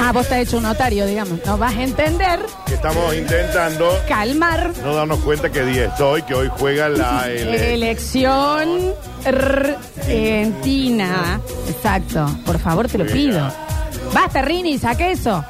Ah, vos te has hecho un notario, digamos. No vas a entender, que estamos intentando calmar. no darnos cuenta que día es hoy, que hoy juega la eh, L. Elección Argentina. Exacto. Por favor, te lo pido. Basta, Rini, saca eso.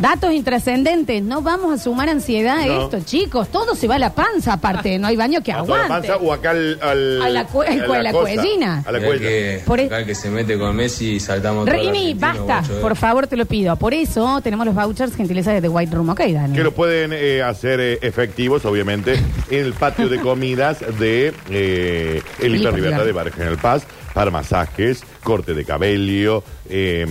Datos intrascendentes. No vamos a sumar ansiedad a No. esto, chicos. Todo se va a la panza, aparte. No hay baño que A toda la aguante. panza o acá al, al- A la cue- a la cosa, cuellina. A la Mirá cuella. que, Por e- acá el que se mete con Messi y saltamos todo el Rini, argentino, basta. guacho, eh. Por favor, te lo pido. Por eso tenemos los vouchers gentileza de The White Room. Ok, Dani. Que lo pueden eh, hacer eh, efectivos, obviamente, en el patio de comidas de eh, el Felipe Libertad Rivera. de Barrio General Paz para masajes, corte de cabello, eh,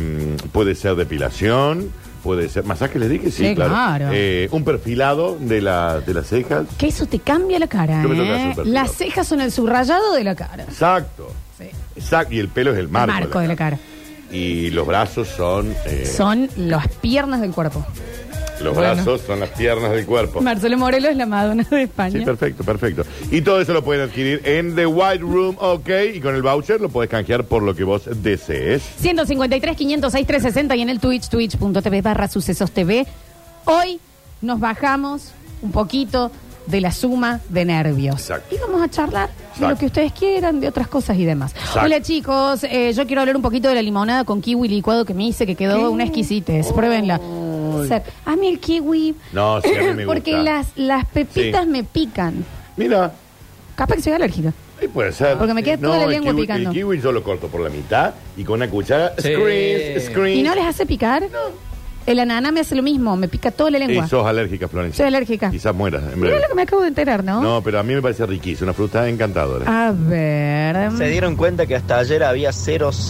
puede ser depilación, puede ser. ¿Masaje les dije? Sí, Sí, claro. claro. Eh, un perfilado de, la, de las cejas. Que eso te cambia la cara. Yo me toca ¿eh? súper bien. Las cejas son el subrayado de la cara. Exacto. Sí. Exacto. Y el pelo es el marco. Marco de la cara. Y los brazos son. eh, Son las piernas del cuerpo. los bueno. brazos son las piernas del cuerpo. Marcelo Morelo es la Madonna de Oh. Sí, España. perfecto, perfecto. Y todo eso lo pueden adquirir en The White Room, ok. Y con el voucher lo puedes canjear por lo que vos desees. 153, 506, 360 y en el Twitch, twitch.tv barra sucesos TV. Hoy nos bajamos un poquito de la suma de nervios. Exacto. Y vamos a charlar de lo Exacto. que ustedes quieran, de otras cosas y demás. Exacto. Hola chicos, Eh, yo quiero hablar un poquito de la limonada con kiwi licuado que me hice, que quedó una exquisitez. Pruébenla. Ser- A mí el kiwi... No, sí, a mí me Porque gusta. las, las pepitas Sí. me pican. Mira, Capaz que soy alérgica. ahí puede ser. Porque me queda toda la el lengua kiwi- picando. El kiwi yo lo corto por la mitad y con una cuchara. Sí. Screens, screens. ¿Y no les hace picar? El ananá me hace lo mismo, me pica toda la lengua. Y sos alérgica, Florencia. Soy alérgica. Quizás mueras en Mira breve. lo que me acabo de enterar, ¿no? No, pero a mí me parece riquísima, una fruta encantadora. A ver. Se dieron cuenta que hasta ayer había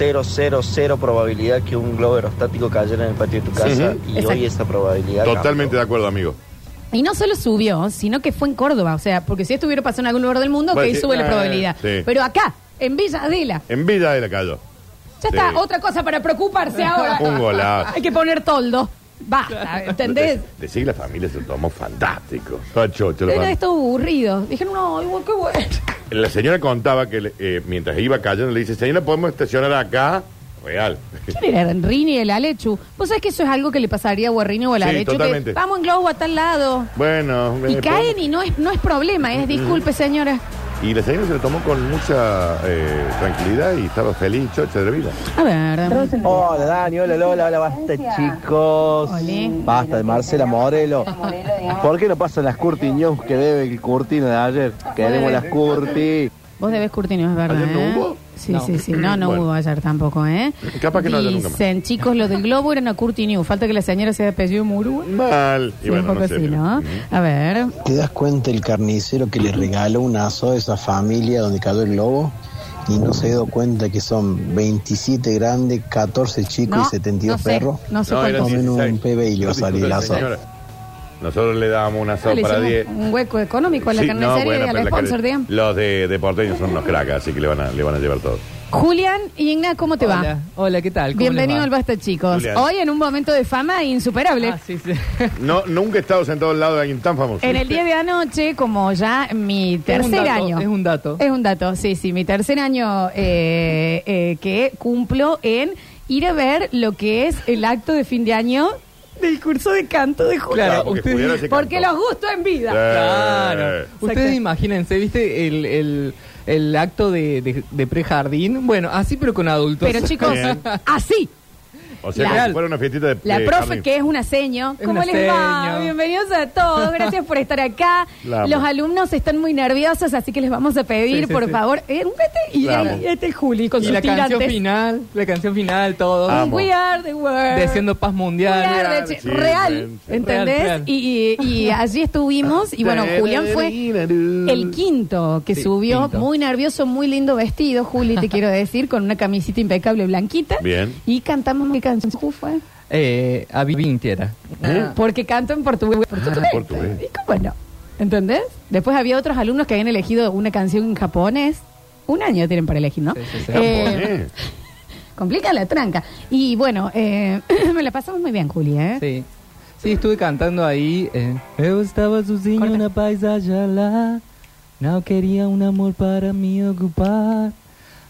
0,000 probabilidad que un globo aerostático cayera en el patio de tu casa Sí. y Exacto. hoy esa Ah. probabilidad Totalmente de cambió. acuerdo, amigo. Y no solo subió, sino que fue en Córdoba. O sea, porque si estuviera pasando en algún lugar del mundo, Bueno, que sí, sube la eh, probabilidad. sí. Pero acá, en Villa Adela. En Villa de la Calle. Ya está, Sí. otra cosa para preocuparse ahora. Un golazo. Hay que poner toldo. Basta, ¿entendés? Decir la familia se lo tomó fantástico. Pacho, te lo Era fan- esto aburrido. Dijeron, no, ay, qué bueno. La señora contaba que le- eh, mientras iba cayendo le dice, señora, ¿podemos estacionar acá? Real. ¿Quién era Rini y el Alechu? ¿Vos sabés que eso es algo que le pasaría a Guarrini o al Sí, Alechu? Que, totalmente. Vamos en globo a tal lado. Bueno. Y eh, caen y no es, no es problema, es disculpe, señora. podemos- y la señora se lo tomó con mucha eh, tranquilidad y estaba feliz, chocha de la vida. A ver. Hola Dani, hola Lola, hola basta chicos. Hola. Basta de Marcela Morelo. ¿Por qué no pasan las Curti News que debe el Curtino de ayer? Queremos las Curti. Vos debés Curtino, es verdad. ¿Ayer no ¿eh? hubo? Sí, No. sí, sí. No, no Bueno. hubo ayer tampoco, ¿eh? Capaz que no haya Dicen, nunca más. chicos, lo del globo eran a Curtiniu. Falta que la señora sea de apellido Murúa. Mal. Y Sí, bueno, un poco no sé, así, pero- ¿eh? ¿no? Ujú. A ver. ¿Te das cuenta el carnicero que le regaló un aso a esa familia donde cayó el globo? Y no se dio cuenta que son 27 grandes, 14 chicos No, y 72 no sé, perros. No sé No, eran cuánto. Comen un 16. pebe y le va a salir Dijo la la sopa. señora. Nosotros le dábamos una sopa Le para hicimos 10. un hueco económico a la Sí, no, carnicería bueno, y al pero la sponsor, carne- digamos. Los de, de porteño son unos cracas, así que le van a, le van a llevar todo. Julián y Igna, ¿cómo te Hola, va? hola, ¿qué tal? ¿Cómo Bienvenido al les va? Basta, chicos. Julián. Hoy en un momento de fama insuperable. Ah, sí, sí. No, nunca he estado sentado al lado de alguien tan famoso. En el día de anoche, como ya mi tercer dato, año. Eh. es un dato. Es un dato, sí, sí. Mi tercer año eh, eh, que cumplo en ir a ver lo que es el acto de fin de año del curso de canto de Julián. Claro, porque ustedes- Julián hace Porque canto. los gusto en vida. Sí. Claro. Exacto. Ustedes imagínense, ¿viste? El, el, el acto de, de, de prejardín. Bueno, así pero con adultos. Pero chicos, Bien. así. O sea, La- como si fuera una fiestita de La de profe, jardín. que es una seño. Es ¿Cómo una les va? seño. Bienvenidos a todos. Gracias por estar acá. La amo. Los alumnos están muy nerviosos, así que les vamos a pedir, Sí, sí, por sí. favor, eh, un vete y La amo. ahí este es Juli con y sus la canción tirantes. final, la canción final, todo. Amo. We are the world. Deseando paz mundial. We are Real, the ch- sí, real, sí. ¿entendés? Real, real. Y, y- y allí estuvimos y bueno, Julián fue el quinto que Sí, subió, quinto. muy nervioso, muy lindo vestido, Juli, te quiero decir, con una camisita impecable blanquita. Bien. Y cantamos qué canción ¿Cómo fue. Eh, a Vivintiera. Porque canto en portugués. portugués. portugués. ¿Y cómo no? ¿Entendés? Después había otros alumnos que habían elegido una canción en japonés. Un año tienen para elegir, ¿no? Sí, sí, sí. Eh, Japonés. complica la tranca. Y bueno, eh, me la pasamos muy bien, Juli, ¿eh? Sí. Sí, estuve cantando ahí. eh, Eu estaba sozinho Corta. na paisagem lá. No quería un amor para mí ocupar.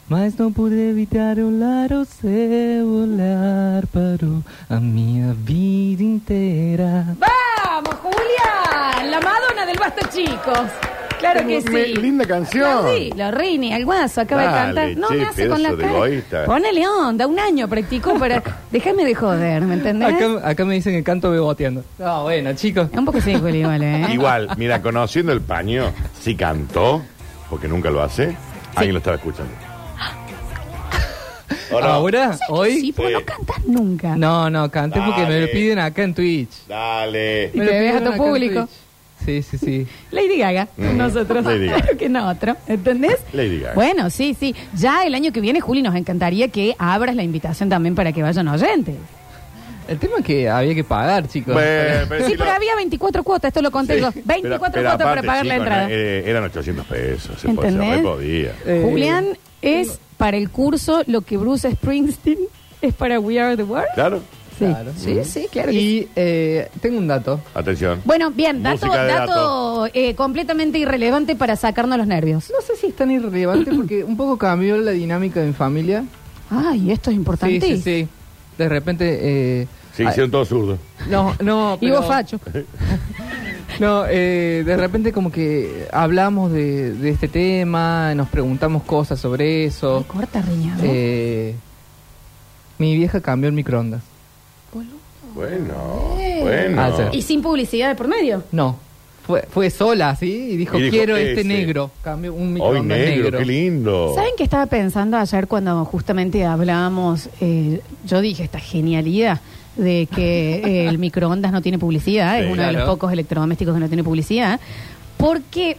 mas não pude evitar olhar o seu olhar parou a minha vida inteira. ¡Vamos, Julia! La Madonna del Basta, chicos. Claro que Me- sí. linda canción. Lo, sí, lo Rini, el guaso, acaba Dale, de cantar. No che, me hace con la pedazo de cara. egoísta. Ponele onda, un año practicó para. Déjame de joder, ¿me entendés? Acá, acá me dicen que canto beboteando. Ah, bueno, chicos. Un poco sí, Juli, igual, ¿eh? Igual, mira, conociendo el paño, si cantó, porque nunca lo hace, alguien lo estaba escuchando. ¿O no? ¿Ahora? ¿Hoy? Sí, pero no cantas nunca. No, no, canté porque me Dale. lo piden acá en Twitch. Dale. Y te Me lo ves a pidieron tu acá en público. Twitch. Sí, sí, sí. Lady Gaga, Mm. nosotros. Lady Gaga. Claro que nosotros, ¿entendés? Lady Gaga. Bueno, sí, sí. Ya el año que viene, Juli, nos encantaría que abras la invitación también para que vayan oyentes. El tema es que había que pagar, chicos. Bueno, sí, si pero lo- había 24 cuotas, esto lo conté Sí. yo. Pero- 24 pero cuotas para aparte, pagar la chicos, entrada. no, eh, eran 800 pesos, se podía, ¿Entendés? se podía. Eh, Julián es para el curso lo que Bruce Springsteen es para We Are the World. Claro, Sí, Claro. sí, sí, claro. que sí. Y eh, tengo un dato. atención. Bueno, bien, dato, Música de dato eh, completamente irrelevante para sacarnos los nervios. No sé si es tan irrelevante porque un poco cambió la dinámica de mi familia. Ay, esto es Sí, importante. sí, sí. De repente... eh, Se ah, hicieron todos zurdos. No, no. Y pero- vos, Facho. No, eh, de repente como que hablamos de, de este tema, nos preguntamos cosas sobre Ay, eso. corta, riñado. Eh, mi vieja cambió el microondas. Bueno, bueno. Ah, sí. Y sin publicidad de por medio. No, fue, fue sola, ¿sí? Y dijo, Y dijo, quiero este ese". negro. Cambió un Hoy microondas negro, qué lindo. ¿Saben qué estaba pensando ayer cuando justamente hablábamos? eh, yo dije esta genialidad de que eh, el microondas no tiene publicidad, es Sí. uno de los Claro. pocos electrodomésticos que no tiene publicidad, porque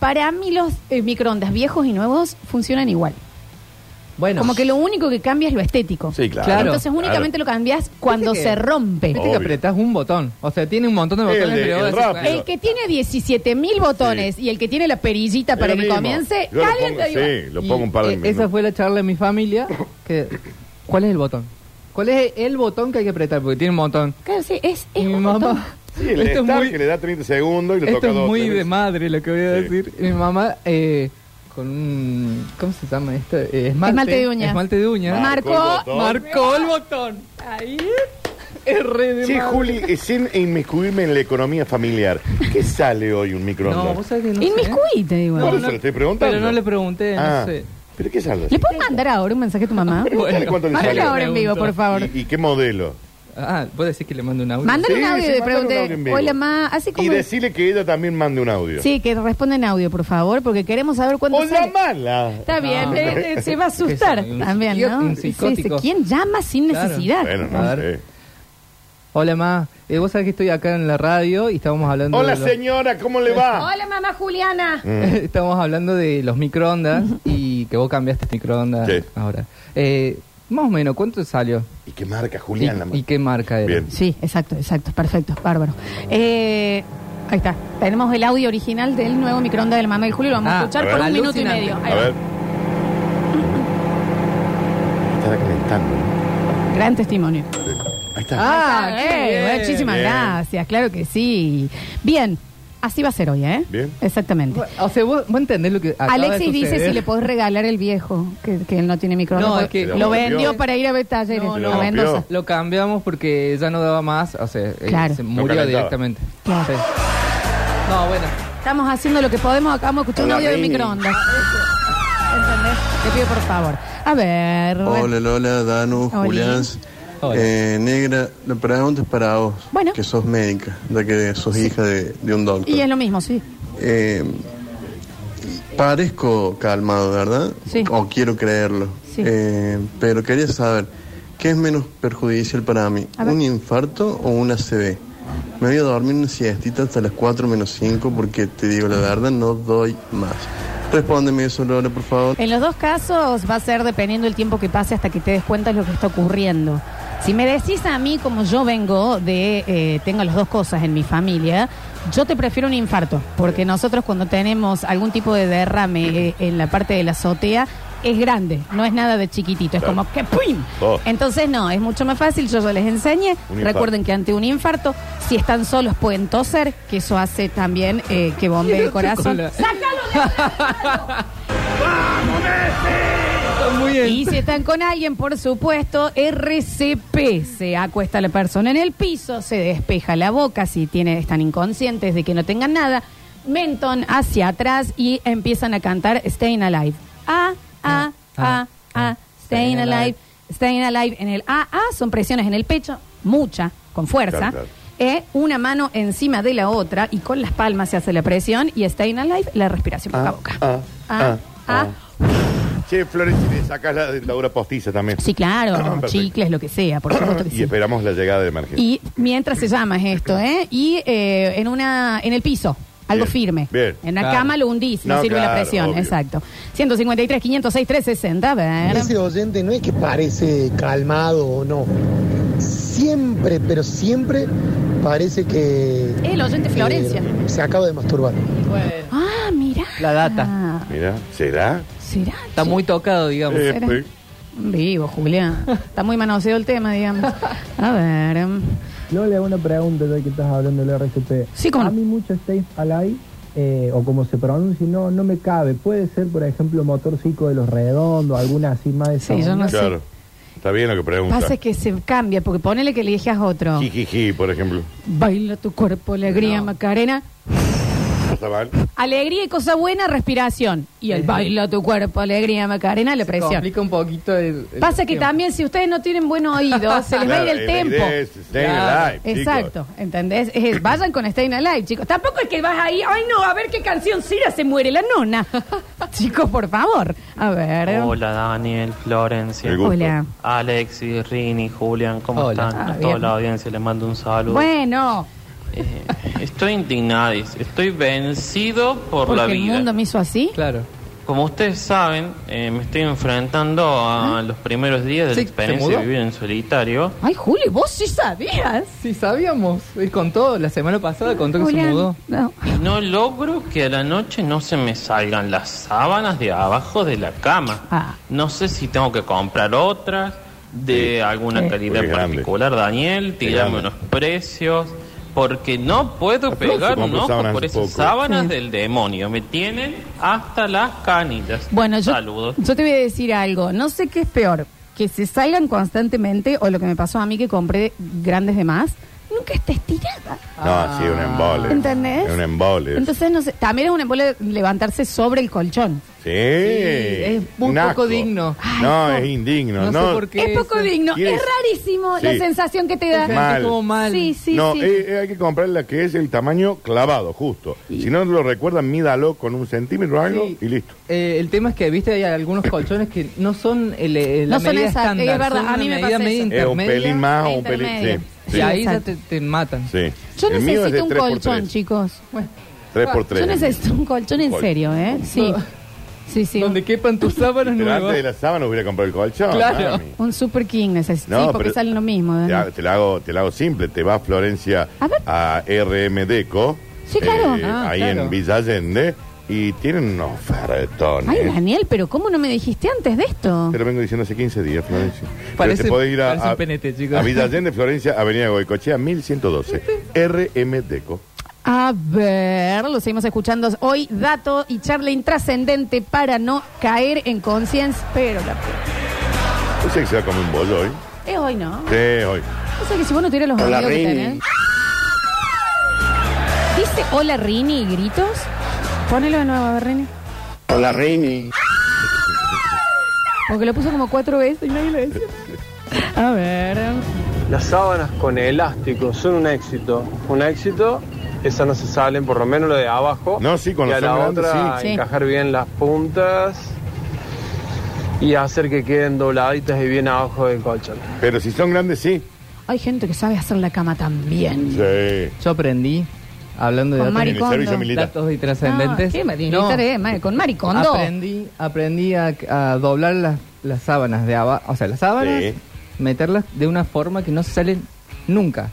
para mí los eh, microondas viejos y nuevos funcionan igual. Bueno, Como que lo único que cambia es lo estético. Sí, claro. Claro. Entonces únicamente lo cambias cuando que- se rompe. viste que Obvio. apretás un botón. O sea, tiene un montón de El botones, de- pero el vos decís, rápido. El que tiene 17 mil botones y el que tiene la perillita para Es lo que mismo. comience, Yo lo calienta pongo, igual. Sí, lo Y, pongo un par de eh, minutos. Esa fue la charla de mi familia. Que, ¿Cuál es el botón? ¿Cuál es el botón que hay que apretar? Porque tiene un montón. Claro, sí, es, es Y mi un montón. mamá. Sí, el esto es start muy, que le da 30 segundos y lo esto toca es dos. muy tres. de madre lo que voy a Sí. decir. Mi mamá, eh, con un. ¿Cómo se llama esto? Eh, esmalte, Esmalte de uñas. Esmalte de uñas. Mar- el Marcó- botón. Marcó el botón. Ahí. Es re de Sí, madre. Juli, eh, sin inmiscuirme en la economía familiar, ¿qué sale hoy un No, microondas? vos sabés que no sé. Inmiscuite, digo. Por eso le estoy preguntando. Pero no le pregunté, Ah, no sé. ¿Pero qué sale? ¿Le puedo mandar ahora un mensaje a tu mamá? Pregúntale cuánto le Mándale sale. ahora en vivo, por favor. ¿Y, y qué modelo? Ah, vos decís que le mando un audio. Mándale un Sí, audio sí, de mándale un audio en pregunte. vivo. Hola, mamá. Así Y como. decirle que ella también mande un audio. Sí, que responda en audio, por favor, porque queremos saber cuándo O sale. llamala. Está bien, No. eh, eh, se va a asustar Es que soy un también, psiquiatra, ¿no? un Sí, sí, psicótico. ¿Quién llama sin Claro. Ah. necesidad? Bueno, A no ver. sé. Hola, ma. Eh, vos sabés que estoy acá en la radio y estábamos hablando. Hola, de los- señora, ¿cómo le va? Mm. Hola, mamá Juliana. Estamos hablando de los microondas y que vos cambiaste este microondas Sí. ahora. Eh, más o menos, ¿cuánto salió? ¿Y qué marca, ¿Y, Julián? la y marca? qué marca era? Bien. Sí, exacto, exacto. Perfecto, bárbaro. Eh, ahí está. Tenemos el audio original del nuevo microondas de la mamá de Julio. Lo vamos a Ah, escuchar a por ver. un minuto y Alucinante. medio. Ahí A va. ver. Estará calentando. ¿no? Gran testimonio. Ahí está. Ah, Ah, qué eh, bien. muchísimas Bien. gracias, claro que sí. Bien, así va a ser hoy, ¿eh? Bien. Exactamente. O sea, vos, vos entendés lo que. acaba de Alexis dice suceder. si le podés regalar el viejo, que, que él no tiene micrófono. No, es porque que- lo Lo vendió rompió. para ir a ver talleres No, no. a Mendoza. Lo cambiamos porque ya no daba más. O sea, eh, Claro. se No murió calentaba. directamente. Claro. Sí. No, bueno. Estamos haciendo lo que podemos, acabamos de escuchar un Hola, audio de Rini. microondas. ¿Entendés? Te pido por favor. A ver. Hola Lola, Danu, Hola. Julián. Hola. Eh, negra, la pregunta es para vos, Bueno. que sos médica, ya que sos hija de, de un doctor. Y es lo mismo, sí. Eh, parezco calmado, ¿verdad? Sí. O quiero creerlo. Sí. Eh, pero quería saber, ¿qué es menos perjudicial para mí? A ver. ¿Un infarto o una CB? Me voy a dormir una siestita hasta las 4 menos 5 porque te digo la verdad, no doy más. Respóndeme eso, Lola, por favor. En los dos casos va a ser dependiendo el tiempo que pase hasta que te des cuenta de lo que está ocurriendo. Si me decís a mí, como yo vengo de, eh, tengo las dos cosas en mi familia, yo te prefiero un infarto, porque nosotros cuando tenemos algún tipo de derrame eh, en la parte de la azotea, es grande, no es nada de chiquitito, es Claro. como que ¡pum! Oh. Entonces no, es mucho más fácil, yo ya les enseñé. Un infarto. Recuerden que ante un infarto, si están solos pueden toser, que eso hace también eh, que bombee el corazón. Con la- ¡Sácalo de- Muy Y si están con alguien, por supuesto, RCP. Se acuesta la persona en el piso, se despeja la boca si tiene, están inconscientes de que no tengan nada, mentón hacia atrás y empiezan a cantar Staying Alive. A, A, A, A, Ah, Staying Alive, Staying Alive. En el A, A son presiones en el pecho, mucha, con fuerza. Claro, claro. Eh, una mano encima de la otra y con las palmas se hace la presión y Staying Alive, la respiración boca a boca. A, A. Che, Flores, si le sacas la dentadura postiza también. Sí, claro, Ah, Perfecto. chicles, lo que sea, por supuesto que y sí. esperamos la llegada de emergencia. Y mientras se llama es esto, ¿eh? Y eh, en una en el piso, algo Bien, firme. bien. En la Claro. cama lo hundís, no, No, sirve la claro, presión, obvio. exacto. 153, 506, 360, a ver. Ese oyente no es que parece calmado o no. Siempre, pero siempre parece que. El oyente que Florencia. se acaba de masturbar. Ah, mirá. La data. Mira, ¿será? ¿Será? Está muy tocado, digamos. Eh, será. pues, Vivo, Julián. Está muy manoseado el tema, digamos. A ver. Yo le hago una pregunta ya que estás hablando del RCP. Sí, cómo no. A mí mucho Safe Alive, eh, o como se pronuncia, no, no me cabe. Puede ser, por ejemplo, motorcico de los redondos, alguna así más de esa Sí, yo onda. no sé. claro. Está bien lo que pregunta. Pasa es que se cambia, porque ponele que eliges a otro. Jijiji, por ejemplo. Baila tu cuerpo, alegría, Macarena. ¿Está mal? Alegría y cosa buena, respiración. Y el baila tu cuerpo, alegría, Macarena, la Se presión. complica un poquito el. el Pasa que tema. también si ustedes no tienen buen oído, se les va a ir Claro, el la tempo. idea es stay Claro. alive, chicos. Exacto, ¿entendés? Es- vayan con Staying Alive, chicos. Tampoco es que vas ahí, ay no, a ver qué canción Cira se muere la nona. chicos, por favor. A ver. Hola Daniel, Florencia, El gusto. Hola. Alexis, Rini, Julian, ¿cómo Hola. están? Ah, a toda bien. la audiencia les mando un saludo. Bueno, Eh, estoy indignado, estoy vencido por la porque el vida. mundo me hizo así. Claro. Como ustedes saben, eh, me estoy enfrentando a los primeros días de Sí, la ¿se experiencia de mudó? vivir en solitario. Ay, Juli, vos sí sabías. Sí, sabíamos. Él contó, la semana pasada contó que Julián, se mudó. no. Y no logro que a la noche no se me salgan las sábanas de abajo de la cama. Ah. No sé si tengo que comprar otras de alguna Sí. calidad Porque es grande. particular, Daniel, tirarme grande. unos precios, porque no puedo Aplauso, pegar un compró ojo sábanas por hace esas poco. sábanas Sí. del demonio. Me tienen hasta las canillas. Bueno, yo, Saludos. yo te voy a decir algo. No sé qué es peor, que se salgan constantemente o lo que me pasó a mí que compré grandes de más, nunca estés tirada. No, sí, un embole. ¿Entendés? Es Un embole. Entonces, no sé, también es un embole levantarse sobre el colchón. sí. es muy un poco asco. digno. Ay, no, no. es indigno. No No, sé por qué. Es poco eso? digno, ¿Quién es es? rarísimo la Sí. sensación que te La da. gente Mal. como mal. Sí, sí, no, sí. eh, eh, hay que comprar la que es el tamaño clavado, justo. Si no lo recuerdan, mídalo con un centímetro o algo Sí. y listo. Eh, el tema es que, viste, hay algunos colchones que no son el, el- la No son medida esa- estándar. es verdad, son a una mí me medida pasa media eso. Es un intermedia, pelín más o un pelín. intermedio. Sí, Y sí, Sí, ahí ya exacto. te, te matan. sí. Yo El mío es de necesito un tres por colchón, tres. chicos. Tres por tres. Yo necesito un colchón en Colchón. serio, ¿eh? Sí. Sí, sí. Donde quepan tus sábanas Pero nuevas. antes de la sábana hubiera comprado el colchón. Claro. mami. Un Super King necesito. sí, porque pero- salen lo mismo. ¿eh? Te, Dani. ha- te la hago, te la hago simple. Te vas Florencia A ver. a, RM Deco. eh, Sí, claro. Ah, ahí claro. en Villa Allende. Y tienen ¿eh? unos ofertones. Ay, Daniel, pero ¿cómo no me dijiste antes de esto? Te lo vengo diciendo hace 15 días, Florencia. Parece- Pero te podés ir a, parece un a- penete, chicos. a Villa Allende, Florencia, Avenida Goicochea, 1112. RM Deco. A ver, lo seguimos escuchando hoy, dato y charla intrascendente para no caer en conciencia, pero la puta. No sé que se va a comer un bollo hoy. Es hoy, ¿no? Sí, hoy. O sea que si vos no tuvieras los Hola, amigos que Rini. tenés. ¿Dice hola Rini y gritos? Ponelo de nuevo, a ver, Rini. Hola Rini. Porque lo puso como cuatro veces y nadie lo decía. A ver. Las sábanas con elástico son un éxito. Un éxito, esas no se salen, por lo menos lo de abajo. No, sí, con Oh, Y los a la hombres grandes, otra, sí. Sí. encajar bien las puntas y hacer que queden dobladitas y bien abajo del colchón. Pero si son grandes, sí. Hay gente que sabe hacer la cama también. Sí. Yo aprendí, hablando de Con datos, En el Maricondo. servicio militar. datos intrascendentes. No, Ah, ¿Qué me diré? Con maricondo. Aprendí, aprendí a, a doblar las, las sábanas de abajo, o sea, las sábanas, Sí. meterlas de una forma que no se salen nunca,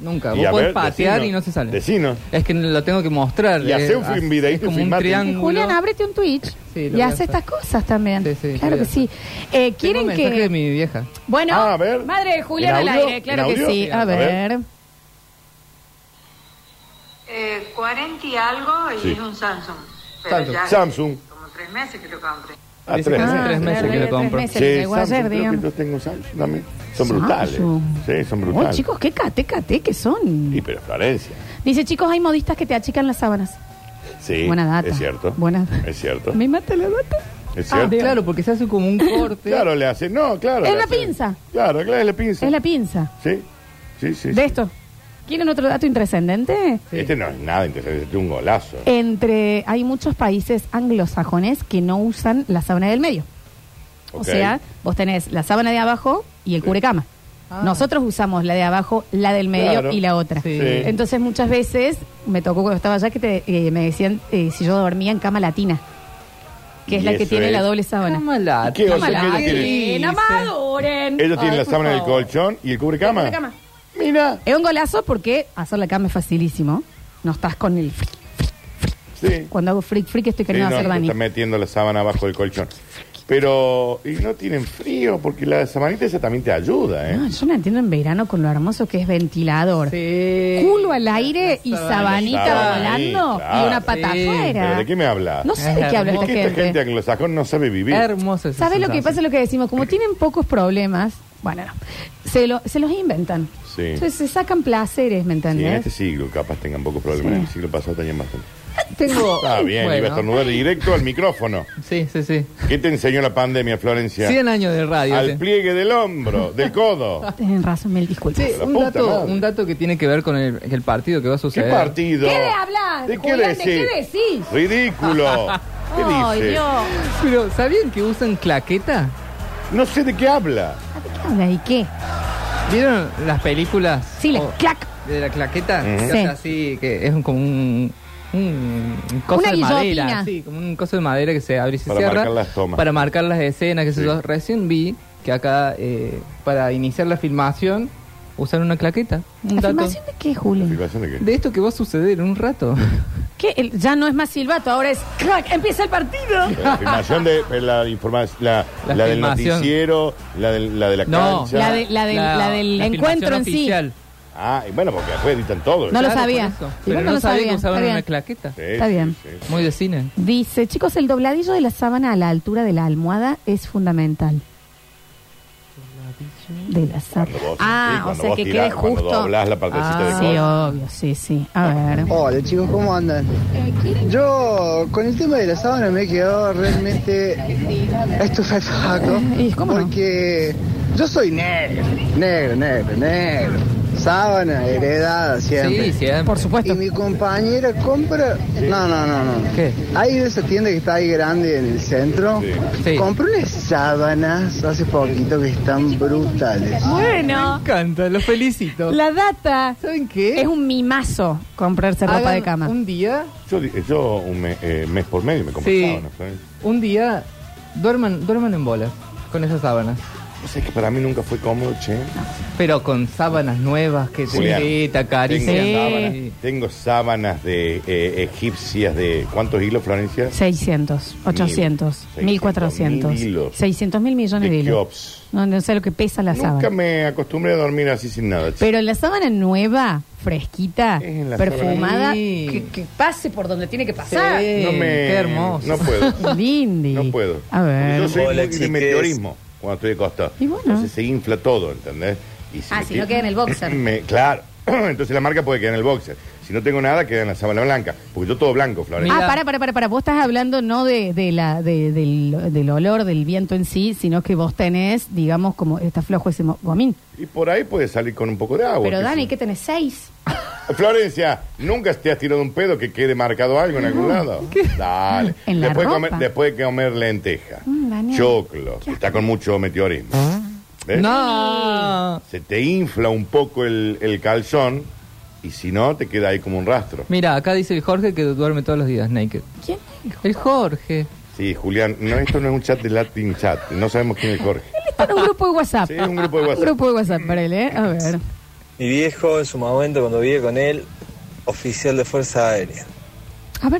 nunca. Y Vos a podés ver, patear decinos. y no se salen. Decinos. Es que lo tengo que mostrar. Y hacé un eh, film videíto es como y un filmate. triángulo. Julián, ábrete un Twitch Eh, Sí, lo y voy a hace hacer. estas cosas también. Sí, sí, claro lo voy a que sí. Eh, Tengo un ¿Quieren mensaje de que.? mi vieja. Bueno, Ah, a ver. madre de Julián ¿En al audio? aire, claro ¿En que audio? sí. A A ver. ver. Eh, 40 y algo y Sí. es un Samsung. Samsung. ya Samsung. Como 3.000 meses que lo compré. Ah, Dice que hace tres meses que lo compro. meses Sí, que llegó Samsung, ayer, creo que digamos. yo tengo Samsung también. Son Samsung. brutales. Sí, son brutales. Oh, chicos, qué cate, cate que son. Y pero Florencia. Dice, chicos, hay modistas que te achican las sábanas. Sí. Buena data. Es cierto. Buena Es cierto. Me mata la data. Es Ah, cierto. claro, porque se hace como un corte. Claro, le hacen. No, claro. es le la hacen- pinza. Claro, claro, es la pinza. Es la pinza. Sí, sí, sí. De sí. esto. ¿Quieren otro dato intrascendente? Este no es nada interesante, este es un golazo. Eh, Entre hay muchos países anglosajones que no usan la sábana del medio. O Ok. sea, vos tenés la sábana de abajo y el cubrecama. Ah. Nosotros usamos la de abajo, la del medio Claro. y la otra. Sí. Sí. Entonces muchas veces me tocó cuando estaba allá que te- eh, me decían eh, si yo dormía en cama latina, que es Y la que eso tiene la es- doble sábana. Cama latina. ¿Qué? O sea, que latina, ellos tienen- no maduren. Ellos tienen Ay, la por sábana del favor. colchón y el cubrecama. La cama. Mira. Es un golazo porque hacer la cama es facilísimo. No estás con el fric, fric, fric, Sí. fric. Cuando hago fric, fric estoy Sí, queriendo no, hacer te Dani. están metiendo la sábana abajo del colchón. Pero, y no tienen frío, porque la sabanita esa también te ayuda, ¿eh? No, yo no entiendo en verano con lo hermoso que es ventilador. Culo al aire y sabanita Sábana ahí, volando claro. y una pata Sí. ¿Pero afuera. de qué me hablas? No sé de qué habla esta Es que esta gente. gente anglosajón no sabe vivir. Hermoso. esa ¿Sabes lo que sensación. pasa? Lo que decimos, como tienen pocos problemas, bueno, no, se, lo- se los inventan. Sí. Entonces se sacan placeres, ¿me Sí, en entendés? este siglo capaz tengan pocos problemas. En el siglo pasado tenían bastante. este Tengo. Está bien, Bueno. iba a estornudar directo al micrófono. Sí, sí, sí. ¿Qué te enseñó la pandemia, Florencia? 100 años de radio. Al sí. pliegue del hombro, del codo. Tienen razón, mil disculpas. Sí, la un, puta dato, madre. un dato que tiene que ver con el, el partido que va a ¿Qué suceder. partido? ¿Qué de hablar? ¿De qué Julián, ¿de decís? qué decís? Ridículo. ¿Qué Ay, dices? Dios. Pero, ¿sabían que usan claqueta? No sé de qué habla. ¿Qué habla y qué? ¿Vieron las películas? Sí, le o- Oh. clac. De la claqueta, Eh. que Ujú. hace Sí. así, que es un- como un, un coso Una de guillotina. madera. Sí, como un coso de madera que se abre y se Para cierra. marcar las tomas. Para marcar las escenas, que Sí. Recién vi que acá, eh, para iniciar la filmación, usan una claqueta. Un dato. ¿Afirmación de qué, Julio? ¿Filmación de qué? De esto que va a suceder en un rato. ¿Qué? El- ya no es más silbato, ahora es crack, empieza el partido. La filmación de eh, la información, la, La la del filmación. noticiero, la, del- la de la No. cancha. La, de- la del, La- la del la encuentro filmación en sí. oficial. Ah, y bueno, porque después editan todo. No lo Claro, sabía. por eso. Igual Pero no no, lo sabía, sabía, que usaban está una bien. claqueta. Sí, Está sí, bien. sí, sí. Muy de cine. Dice, chicos, el dobladillo de la sábana a la altura de la almohada es fundamental. De la sábana. Cuando vos- sí, Ah, o cuando sea vos que tirás, quede cuando justo. doblás la partecita de Sí, codo. obvio, sí, sí. A ver. Hola chicos, ¿cómo andan? Yo con el tema de la sábana me he quedado realmente estupefacto ¿Y cómo no? porque yo soy negro, negro, negro, negro. Sábana heredada siempre. Sí, siempre. Por supuesto. Y mi compañera compra. No, no, no, no. ¿Qué? Hay de esa tienda que está ahí grande en el centro. Sí. Compré unas sábanas hace poquito que están brutales. Me Bueno, encanta, lo felicito. la data ¿Saben qué? es un mimazo comprarse ropa Hagan de cama. Un día, Yo, di- yo un me- eh, mes por medio me compro Sí. sábanas, ¿sabes? un día, duerman, duerman en bolas con esas sábanas. O sea, que para mí nunca fue cómodo, che. Pero con sábanas nuevas que Julián, te te Tengo, acarician. sábanas, Sí. tengo sábanas de eh, egipcias de... ¿Cuántos hilos, Florencia? 600, 800, 600, 1400, mil hilos. 600 mil millones de de hilos. Kiops. No, no sé lo que pesa la Nunca sábana. me acostumbré a dormir así sin nada. che. Pero la sábana nueva, fresquita, Es en la perfumada, sábana. Sí. que, que pase por donde tiene que pasar. Sí. no me, qué hermoso. No puedo. Lindy. No puedo. A ver. Ah, Porque Yo soy Hola, muy de chiques. meteorismo cuando estoy de costado. Y bueno. Entonces se infla todo, ¿entendés? Y Ah, me si no queda en el boxer. Me- claro. Entonces la marca puede quedar en el boxer. Si no tengo nada, queda en la sábana blanca. Porque yo todo blanco, Florencia. Ah, para, para, para, para. Vos estás hablando no de, de la, de- del, del olor, del viento en sí, sino que vos tenés, digamos, como está flojo ese mo- gomín. Y por ahí puede salir con un poco de agua. Pero Ah, qué sé Dani, yo. ¿qué tenés? Seis. Florencia, ¿nunca te has tirado un pedo que quede marcado algo en algún lado? Dale. En la después, de Comer, ropa. después de comer lenteja, Mm, Daniel. choclo, que está con mucho meteorismo. ¿Ves? No. Se te infla un poco el, el calzón y si no, te queda ahí como un rastro. Mira, acá dice el Jorge que duerme todos los días naked. ¿Quién? El Jorge. Sí, Julián, no, esto no es un chat de Latin chat. No sabemos quién es Jorge. Está en un grupo de WhatsApp. Sí, un grupo de WhatsApp. Un grupo de WhatsApp para él, ¿eh? A ver. Mi viejo en su momento cuando vive con él, oficial de Fuerza Aérea.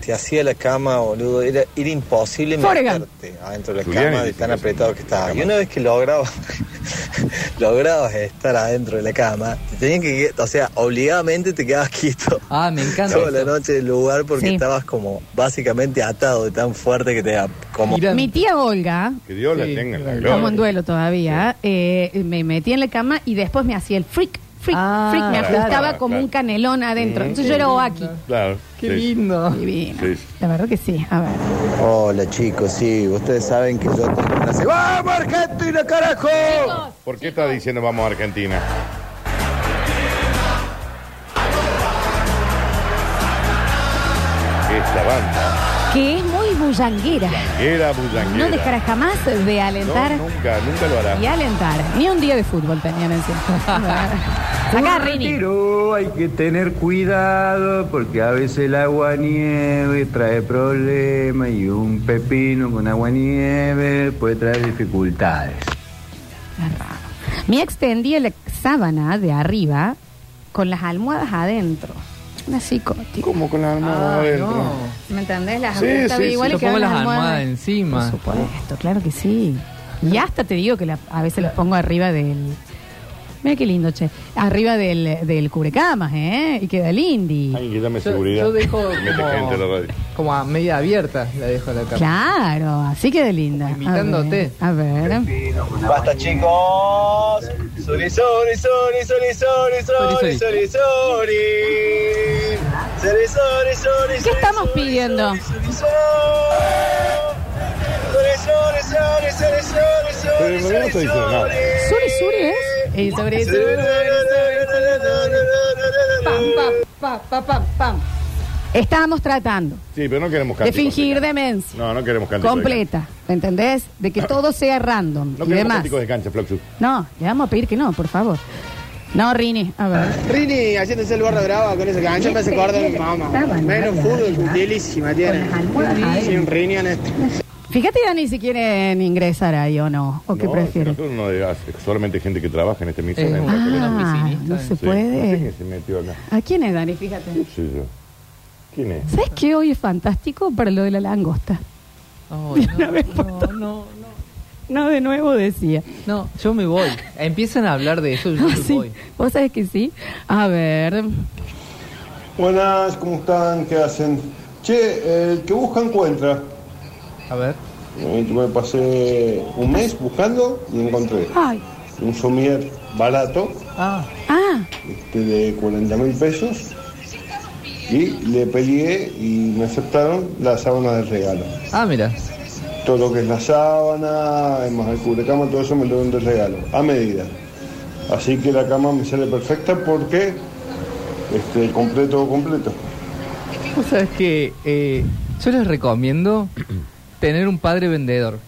Te hacía la cama, boludo. Era, era imposible Foregan. meterte adentro de la Julián, cama de tan apretado que estaba. Y una vez que lograbas, lograbas estar adentro de la cama, te tenían que, qued- o sea, obligadamente te quedabas quieto. Ah, me encanta. Toda la noche del lugar porque estabas como básicamente atado de tan fuerte que te da como. Mi tía Olga, Que Dios la tenga en la estamos en gloria. duelo todavía, eh, me metí en la cama y después me hacía el freak, freak, Ah, freak. Me claro, ajustaba claro, como claro. un canelón adentro. Mm. Entonces yo era Oaki. Claro. Qué sí. lindo. Divino. Sí, sí. La verdad que sí. A ver. Hola chicos, sí, ustedes saben que yo tengo una se- ¡Vamos Argentina, carajo! ¿Por qué está diciendo vamos a Argentina? Esta banda Que es muy bullanguera. era bullanguera. No dejará jamás de alentar No, nunca, nunca lo hará. y alentar. Ni un día de fútbol tenían en sí. Acá, Rini. Pero hay que tener cuidado porque a veces el agua nieve trae problemas y un pepino con agua nieve puede traer dificultades. Mi ex tendía la sábana de arriba con las almohadas adentro. Una psicótica. ¿Cómo con las almohadas adentro? Ah, ¿Me entendés? Las Sí, almohadas sí, sí. iguales Yo que pongo ahora las almohadas encima. Por supuesto, claro que sí. Y hasta te digo que la- a veces las pongo arriba del... Mira qué lindo, che. Arriba del, del cubrecamas, ¿eh? Y queda lindy. Alguien que llame Yo- seguridad. yo dejo Mete como- gente a la radio. Como a media abierta la dejo la cama. Claro, así queda linda. imitándote. A ver. A ver. Basta chicos. Sorry, sorry, sorry, sorry, sorry, sorry, sorry, sorry. Sorry, sorry, sorry, ¿Qué estamos pidiendo? Pero en realidad no está diciendo nada. Suri Suri es. Y Eh, sobre Suri, suri, suri, suri. Pam, pam, pam, pam, pam. Estábamos tratando Sí, pero no queremos de cantar. fingir demencia No, no queremos cantar. completa, ¿me entendés? De que todo sea random Ah. No y queremos demás. cánticos de cancha, Floxu. No, le vamos a pedir que no, por favor. No, Rini, a ver. Rini haciéndose el barra brava con esa cancha me hace acordar de mi mamá. Ah, Menos fútbol, delísima tiene. Sin Rini en este esto. Fíjate, Dani, si quieren ingresar ahí o no, o qué No, prefieren. Nosotros no de- solamente gente que trabaja en este mismo. Eh, ah, no se No sé puede. quién se metió acá. ¿A quién es, Dani? Fíjate. Sí, yo. ¿Quién es? ¿Sabes qué hoy es fantástico para lo de la langosta? no, no, de nuevo decía. No, yo me voy. Empiezan a hablar de eso, yo me Ah, Sí, voy. vos sabés que sí. A ver. Buenas, ¿cómo están? ¿Qué hacen? Che, el que busca encuentra. A ver. yo me pasé un mes buscando y encontré Ay. un somier barato Ah. Ah. este, de 40 mil pesos y le peleé y me aceptaron la sábana de regalo. Ah, mira. Todo lo que es la sábana, más el cubrecama, todo eso me lo dieron de regalo, a medida. Así que la cama me sale perfecta porque este, compré todo completo. Vos sabés que eh, yo les recomiendo tener un padre vendedor.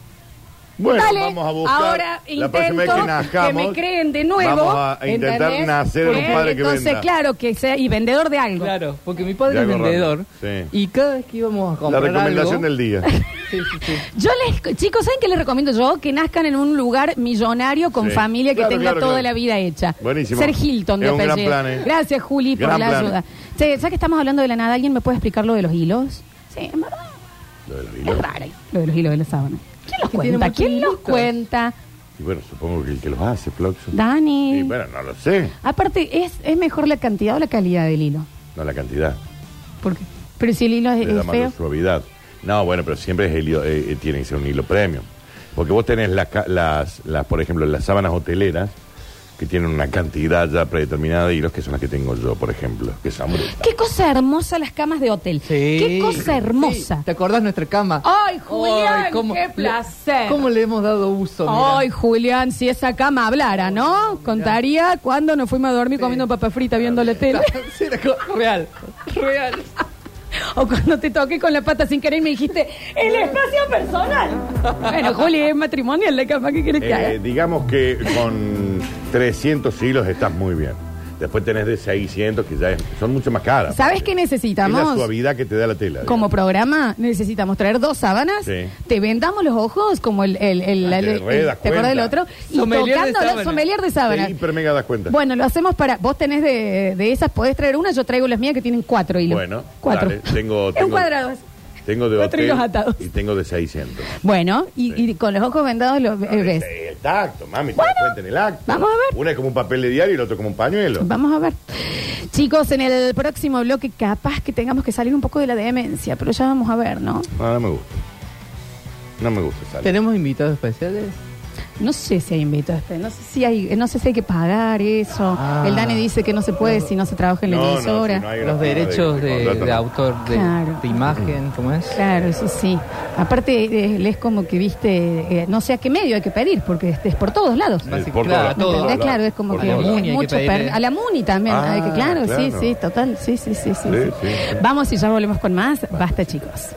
Bueno, Dale, vamos a buscar. ahora la próxima vez que intento nazcamos, que me creen de nuevo, Vamos a intentar ¿entendés? nacer en un Porque padre que entonces, venda. claro, que sea y vendedor de algo. Claro, porque mi padre De es algo vendedor. raro. Sí. Y cada vez que íbamos a La comprar recomendación algo- del día. Sí, sí, sí. Yo les, chicos, ¿saben qué les recomiendo yo? Que nazcan en un lugar millonario con Sí. familia que Claro, tenga claro, toda claro. la vida hecha. Buenísimo. Ser Hilton de Es un gran apellido. plan, ¿eh? Gracias, Juli, por Gran la plan. ayuda. Che, ya que estamos hablando de la nada, ¿alguien me puede explicar lo de los hilos? Sí, en verdad, Lo de la es vila. raro lo de los hilos de la sábana. ¿Quién los Que tiene cuenta? muchos ¿Quién los hilitos. cuenta? Y bueno, supongo que el que los hace, Floxu. Dani. Y bueno, no lo sé. Aparte, ¿es, ¿es mejor la cantidad o la calidad del hilo? No la cantidad. Pero si el hilo es, Le da es más de feo. suavidad. No, bueno, pero siempre es el hilo, eh, eh, tiene que ser un hilo premium. Porque vos tenés las, ca- las, las, por ejemplo, las sábanas hoteleras que tienen una cantidad ya predeterminada de hilos, que son las que tengo yo, por ejemplo, que son brutas. Qué cosa hermosa las camas de hotel. Qué cosa hermosa. ¿Te acordás nuestra cama? ¡Ay, Julián! Ay, cómo- ¡Qué placer! ¿Cómo le hemos dado uso? mirá? Ay, Julián, si esa cama hablara, ¿no? Contaría cuando nos fuimos a dormir comiendo papa frita viendo la tele. Sí, era co- real, real. o cuando te toqué con la pata sin querer y me dijiste, el espacio personal. bueno, Juli, es matrimonial la cama, ¿qué quieres que haga? Eh, digamos que con 300 hilos estás muy bien. Después tenés de 600 que ya es- son mucho más caras. ¿Sabes qué Es la necesitamos? suavidad que te da la tela. digamos. Como programa necesitamos traer dos sábanas, Sí. te vendamos los ojos como el, el, el- Ah, el- te re el- das ¿te acordás del cuenta. otro? Y tocando sommelier de sábanas. Te hiper mega das cuenta. Bueno, lo hacemos para. Vos tenés de, de esas, podés traer una, yo traigo las mías que tienen cuatro hilos. Bueno, cuatro. dale, tengo, Es un tengo, cuadrado. tengo de cuatro hotel hilos atados. y tengo de 600. Bueno, y, y con los ojos vendados lo eh, ves. El tacto, mami, te das cuenta en el acto. Vamos a Una es como un papel de diario y el otro como un pañuelo. Vamos a ver. Chicos, en el próximo bloque capaz que tengamos que salir un poco de la demencia, pero ya vamos a ver, ¿no? No, no me gusta. No me gusta salir. ¿Tenemos invitados especiales? No sé si hay invitados, este, no sé si hay, no sé si hay que pagar eso. El Dani dice que no se puede si Ah. no se trabaja en la emisora. Los derechos de, de autor de, Claro. de imagen, ¿cómo es? Claro, eso sí. Aparte, eh, él es como que viste, eh, no sé a qué medio hay que pedir, porque este, es por todos lados. Básico, por claro, todos ¿Me entendés? lados. Claro, es como Por que todos lados. Muni hay que eh. mucho pedirle. per- A la Muni también, Ah, hay que, claro, sí, claro. sí, total, sí, sí, sí. sí, Sí, sí. sí. Vamos y ya volvemos con más. Basta, chicos.